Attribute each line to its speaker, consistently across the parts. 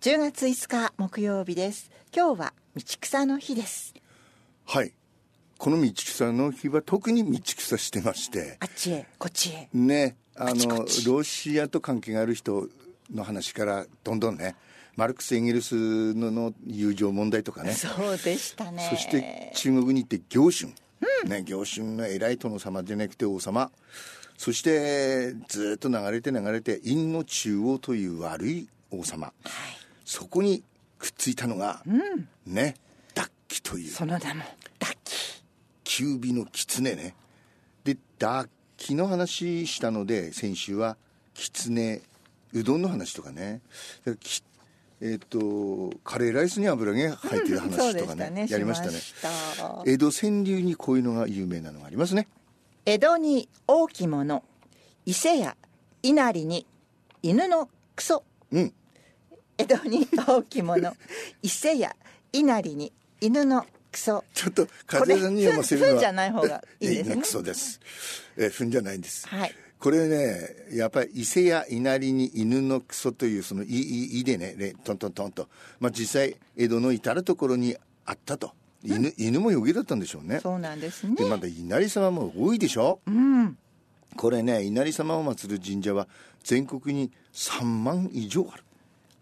Speaker 1: 10月5日木曜日です今日は道草の日です
Speaker 2: はいこの道草の日は特に道草してまして
Speaker 1: あっちへこっちへ
Speaker 2: ねあ
Speaker 1: あち
Speaker 2: の
Speaker 1: こち
Speaker 2: ロシアと関係がある人の話からどんどんねマルクス・エンゲルスのの友情問題とかね
Speaker 1: そうでしたね
Speaker 2: そして中国に行って行春、ね、行春の偉い殿様じゃなくて王様そしてずっと流れて流れて陰の中央という悪い王様、そこにくっついたのが、ねダッキという
Speaker 1: その名もダッキ
Speaker 2: キュービの狐ねでダッキの話したので先週は狐うどんの話とかねだからきえっ、とカレーライスに油揚げ入ってる
Speaker 1: そう
Speaker 2: 話
Speaker 1: で
Speaker 2: とか
Speaker 1: した
Speaker 2: ね
Speaker 1: ね
Speaker 2: やりましたね
Speaker 1: しました
Speaker 2: 江戸川柳にこういうのが有名なのがありますね
Speaker 1: 江戸に大きもの伊勢や稲荷に犬のクソ
Speaker 2: うん
Speaker 1: 江戸に大きもの 伊勢や稲荷に犬のクソ
Speaker 2: ちょっと風さんに読ませるのは
Speaker 1: これふんふんじゃない方がいいですね
Speaker 2: なクソですえーふんじゃないんです
Speaker 1: はい
Speaker 2: これねやっぱり伊勢や稲荷に犬のクソというその「い」いいでねれトントントンと、まあ、実際江戸の至る所にあったと犬,、犬も余計だったんでしょうね
Speaker 1: そうなんですね
Speaker 2: でまた稲荷様も多いでしょ、これね稲荷様を祀る神社は全国に3万以上ある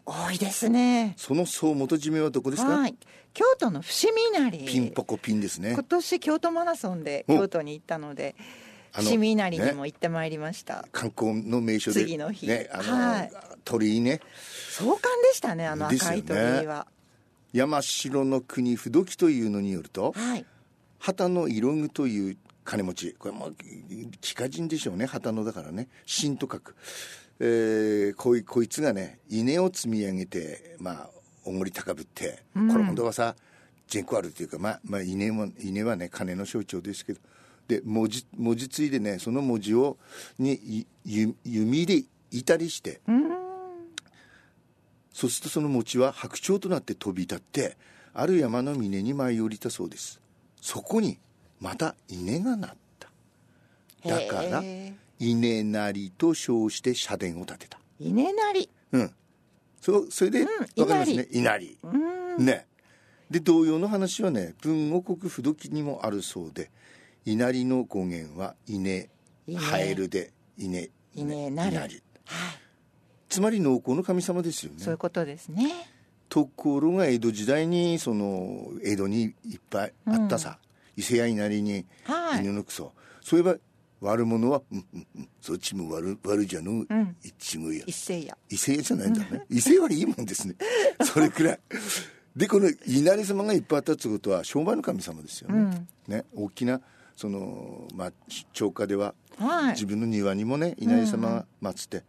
Speaker 1: 多いですね
Speaker 2: その総元締めはどこですか、
Speaker 1: はい京都の伏見稲荷
Speaker 2: ピンポコピンですね
Speaker 1: 今年京都マラソンで
Speaker 2: お
Speaker 1: 京都に行ったので
Speaker 2: あの
Speaker 1: 伏見稲荷にも行ってまいりました、
Speaker 2: 観光の名所で、
Speaker 1: 次の日
Speaker 2: ねあの
Speaker 1: はい
Speaker 2: 鳥居ね
Speaker 1: 壮観でしたねあの赤い鳥居は、
Speaker 2: 山城の国不動というのによると
Speaker 1: はい
Speaker 2: 旗の色具という金持ちこれも貴家人でしょうね旗のだからね神と書く、えーこいこいつがね稲を積み上げてまあおごり高ぶって、これ本当はさ善行あるというか、まあまあ、稲も稲はね金の象徴ですけどで文字文字ついでねその文字をにいゆ弓でいたりして、そうするとその餅は白鳥となって飛び立ってある山の峰に舞い降りたそうですそこにまた稲がなっただから
Speaker 1: へえ
Speaker 2: 稲なりと称して社殿を建てた
Speaker 1: 稲なり
Speaker 2: うんそそれで、
Speaker 1: うん
Speaker 2: わかりますね稲荷ねで同様の話はね文後国不動にもあるそうで稲荷の語源は稲
Speaker 1: 稲
Speaker 2: ハエルで稲
Speaker 1: 稲なり
Speaker 2: つまり農耕の神様ですよね
Speaker 1: そういうことですね
Speaker 2: ところが江戸時代にその江戸にいっぱいあったさ、伊勢や稲荷に
Speaker 1: はい
Speaker 2: 犬のクソ、そういえば悪者は「うんうんうんそっちも悪悪じゃの、
Speaker 1: ん
Speaker 2: いっちもや
Speaker 1: 一斉や
Speaker 2: 伊勢屋じゃないんだね伊勢屋はいいもんです ねそれくらいでこの稲荷様がいっぱいあったってことは商売の神様ですよね,、ね大きなその、まあ、町家では
Speaker 1: はい
Speaker 2: 自分の庭にもね稲荷様が祀って、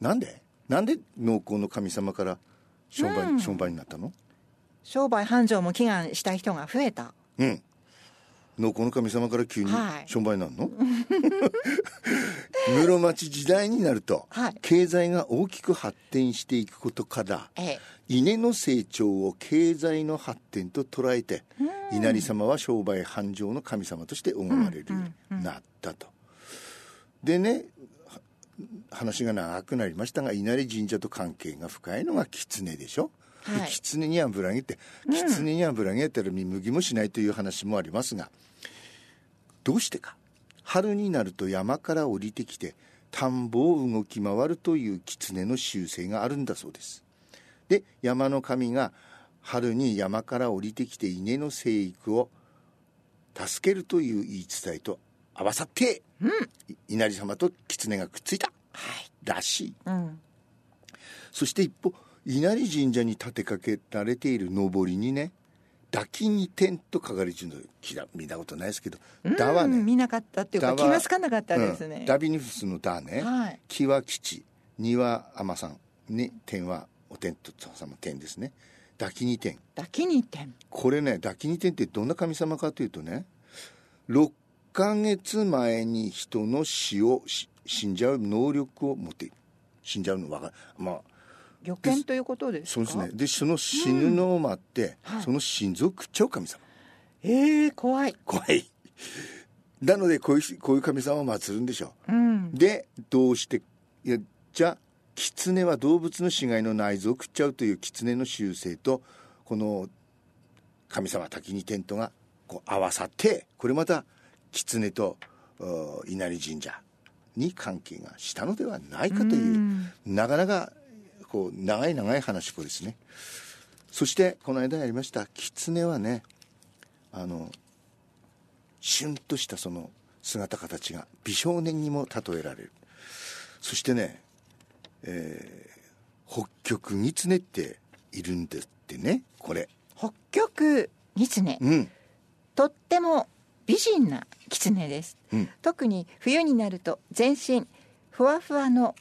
Speaker 2: なんでなんで農耕の神様から商売,、商売になったの
Speaker 1: 商売繁盛も祈願したい人が増えた
Speaker 2: うん農耕の神様から急に
Speaker 1: はい
Speaker 2: 商売に なるの、室町時代になると、
Speaker 1: はい
Speaker 2: 経済が大きく発展していくことから
Speaker 1: ええ
Speaker 2: 稲の成長を経済の発展と捉えて稲荷様は商売繁盛の神様として拝まれるようになったと。でねは話が長くなりましたが稲荷神社と関係が深いのが狐でしょ。で
Speaker 1: はい
Speaker 2: 狐に油揚げって狐に油揚げやったら見向きもしないという話もありますがどうしてか春になると山から降りてきて田んぼを動き回るという狐の習性があるんだそうです。で山の神が春に山から降りてきて稲の生育を助けるという言い伝えと合わさって、い稲荷様と狐がくっついた、らしい
Speaker 1: うん
Speaker 2: そして一方稲荷神社に立てかけられているのぼりにね「抱きに天」と書かれているの木だ見たことないですけど「
Speaker 1: うん
Speaker 2: だ」はね
Speaker 1: 見なかったっていうか
Speaker 2: だ
Speaker 1: 気
Speaker 2: は
Speaker 1: がつかなかったですね、
Speaker 2: うんダビニフスの「ダ」ね
Speaker 1: はい
Speaker 2: 「木は吉」「には天さん」ね「天」はお天と様天ですね「抱きに天」
Speaker 1: 抱きに点
Speaker 2: これね抱きに天ってどんな神様かというとね6ヶ月前に人の死をし死んじゃう能力を持っている死んじゃうのわかまあ
Speaker 1: 予見ということですか
Speaker 2: そうですねでその死ぬのを待って、
Speaker 1: うんはい
Speaker 2: その心臓を食っちゃう神様
Speaker 1: ええ怖い
Speaker 2: 怖いなのでこういうこういう神様を祀るんでしょう
Speaker 1: うん
Speaker 2: でどうしていやじゃあ狐は動物の死骸の内臓を食っちゃうという狐の習性とこの神様滝にテントがこう合わさってこれまた狐とお稲荷神社に関係がしたのではないかという、なかなかこう長い長い話っぽいですねそしてこの間やりました狐はねあのシュンとしたその姿形が美少年にも例えられるそしてね、えー北極狐っているんですってねこれ
Speaker 1: 北極狐
Speaker 2: うん
Speaker 1: とっても美人な狐です、
Speaker 2: うん
Speaker 1: 特に冬になると全身ふわふわの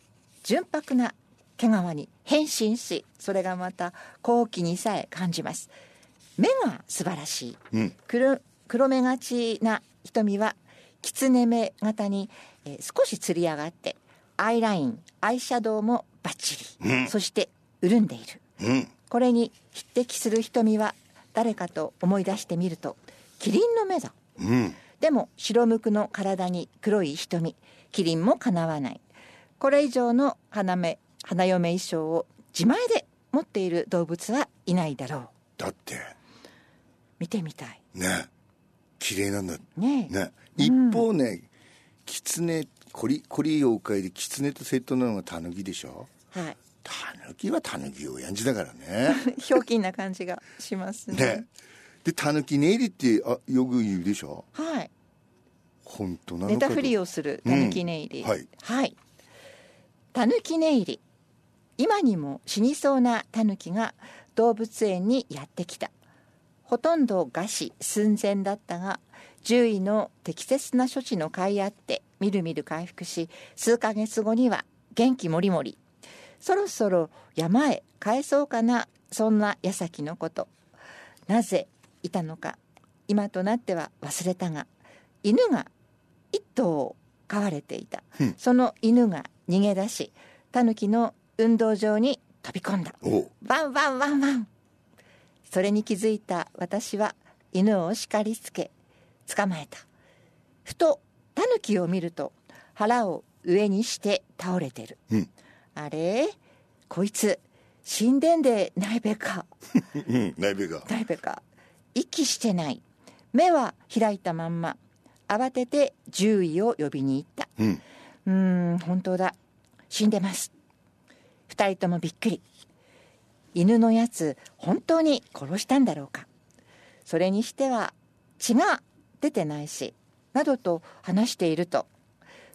Speaker 1: 純白な毛皮に変身しそれがまた好奇にさえ感じます目が素晴らしい
Speaker 2: うん
Speaker 1: 黒黒目がちな瞳は狐目型に、えー少しつり上がってアイラインアイシャドウもバッチリ、
Speaker 2: うん
Speaker 1: そして潤んでいる
Speaker 2: うん
Speaker 1: これに匹敵する瞳は誰かと思い出してみるとキリンの目だ
Speaker 2: うん
Speaker 1: でも白無垢の体に黒い瞳キリンもかなわないこれ以上の花目花嫁衣装を自前で持っている動物はいないだろう
Speaker 2: だって
Speaker 1: 見てみたい
Speaker 2: ね綺麗なんだ
Speaker 1: ねえ
Speaker 2: ね一方ね、狐コリコリ妖怪で狐とセットなのがタヌキでしょ
Speaker 1: はい
Speaker 2: タヌキはタヌキをやんじだからね
Speaker 1: ひょうきんな感じがしますね
Speaker 2: ねでタヌキねえりってあよく言うでしょ
Speaker 1: はい
Speaker 2: 本当なの
Speaker 1: 寝
Speaker 2: か
Speaker 1: た
Speaker 2: と
Speaker 1: ふりをするたぬき寝入り、
Speaker 2: うんはい
Speaker 1: たぬき寝入り今にも死にそうなたぬきが動物園にやってきたほとんど餓死寸前だったが獣医の適切な処置の甲斐あってみるみる回復し数ヶ月後には元気もりもりそろそろ山へ帰そうかなそんな矢先のことなぜいたのか今となっては忘れたが犬が一頭を飼われていた、
Speaker 2: うん
Speaker 1: その犬が逃げ出しタヌキの運動場に飛び込んだ
Speaker 2: おう
Speaker 1: ワンワンワンワンそれに気づいた私は犬を叱りつけ捕まえたふとタヌキを見ると腹を上にして倒れてる、
Speaker 2: うん
Speaker 1: あれこいつ死んでんでないべか
Speaker 2: うん内部が
Speaker 1: 誰か息してない目は開いたまんま慌てて獣医を呼びに行った
Speaker 2: うん
Speaker 1: うーん本当だ死んでます二人ともびっくり犬のやつ本当に殺したんだろうかそれにしては血が出てないしなどと話していると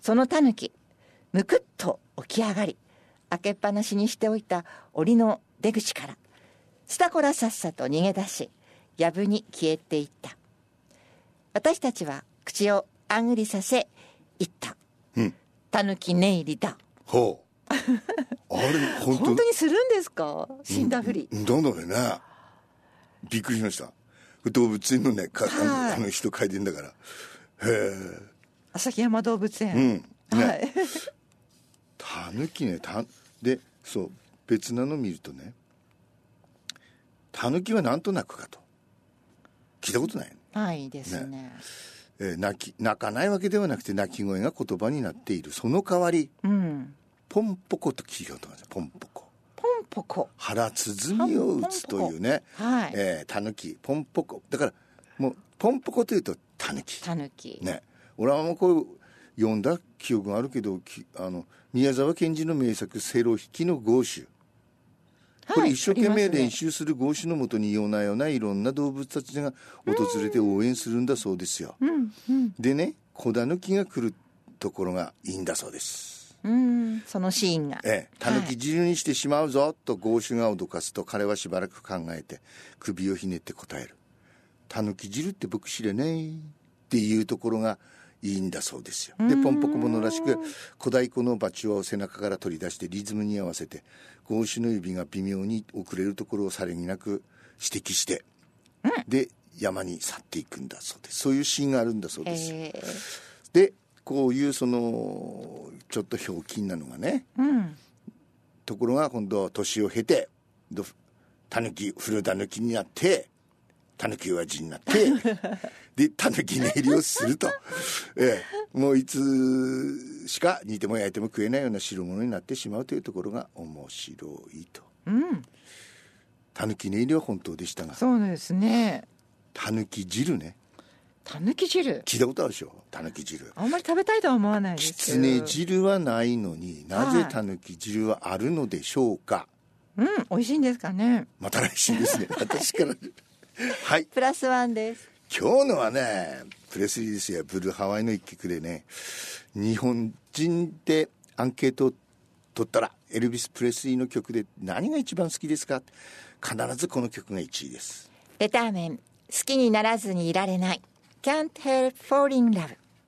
Speaker 1: そのタヌキむくっと起き上がり開けっぱなしにしておいた檻の出口からスタコラさっさと逃げ出し藪に消えていった私たちは口をあんぐりさせ言った
Speaker 2: うん
Speaker 1: たぬき寝入りだ
Speaker 2: ほうあれ本当
Speaker 1: 本当にするんですか死んだふり、
Speaker 2: うんどんどんねびっくりしました動物園のねかあの
Speaker 1: はい
Speaker 2: あの人書いてんだからへ
Speaker 1: 旭山動物
Speaker 2: えう
Speaker 1: 園、
Speaker 2: んね、
Speaker 1: はい、
Speaker 2: タヌキねたでそう別なの見るとねタヌキはなんとなくかと聞いたことない、
Speaker 1: ないですね
Speaker 2: えー泣き泣かないわけではなくて泣き声が言葉になっているその代わり
Speaker 1: うん
Speaker 2: ポンポコと聞いたことがあるんですよポンポコ
Speaker 1: ポンポコ
Speaker 2: 腹鼓を打つというね
Speaker 1: はい、
Speaker 2: えー、タヌキポンポコだからもうポンポコというとタヌキ
Speaker 1: たぬき
Speaker 2: ね俺はもうこう読んだ記憶があるけどきあの宮沢賢治の名作「セロ引きの豪州」これ一生懸命練習する豪種のもとに夜な夜ないろんな動物たちが訪れて応援するんだそうですよ。
Speaker 1: うんうん
Speaker 2: でね子だぬきが来るところがいいんだそうです。
Speaker 1: うんそのシーンが
Speaker 2: ええ、たぬき自由にしてしまうぞと豪種が脅かすと彼はしばらく考えて首をひねって答える「たぬき汁って僕知れねえ」っていうところがいいんだそうですよでポンポコものらしく小太鼓のバチを背中から取り出してリズムに合わせて豪種の指が微妙に遅れるところをさりげなく指摘して、で山に去っていくんだそうですそういうシーンがあるんだそう
Speaker 1: え
Speaker 2: です、
Speaker 1: え
Speaker 2: でこういうそのちょっとひょうきんなのがね
Speaker 1: うん
Speaker 2: ところが今度年を経てど タヌキ古タヌキになってタヌキ親父になってでタヌキ寝入りをすると、ええ、もういつしか煮ても焼いても食えないような汁物になってしまうというところが面白いと
Speaker 1: うん、
Speaker 2: タヌキ寝入りは本当でしたが
Speaker 1: そうですね。
Speaker 2: タヌキ汁ね
Speaker 1: たぬき汁。
Speaker 2: 聞いたことあるでしょタヌキ汁
Speaker 1: あんまり食べたいとは思わないで
Speaker 2: キ
Speaker 1: すけ
Speaker 2: ツ
Speaker 1: ど。
Speaker 2: ネ汁はないのになぜ
Speaker 1: はい
Speaker 2: タヌキ汁はあるのでしょうか、
Speaker 1: うん、美味しいんですかね。
Speaker 2: また来週で すね私からはい
Speaker 1: プラスワンです。
Speaker 2: 今日のはねプレスリーですやブルーハワイの一曲でね日本人でアンケートを取ったらエルビス・プレスリーの曲で何が一番好きですか必ずこの曲が1位です
Speaker 1: レターメン、好きにならずにいられない。Can't help falling in love。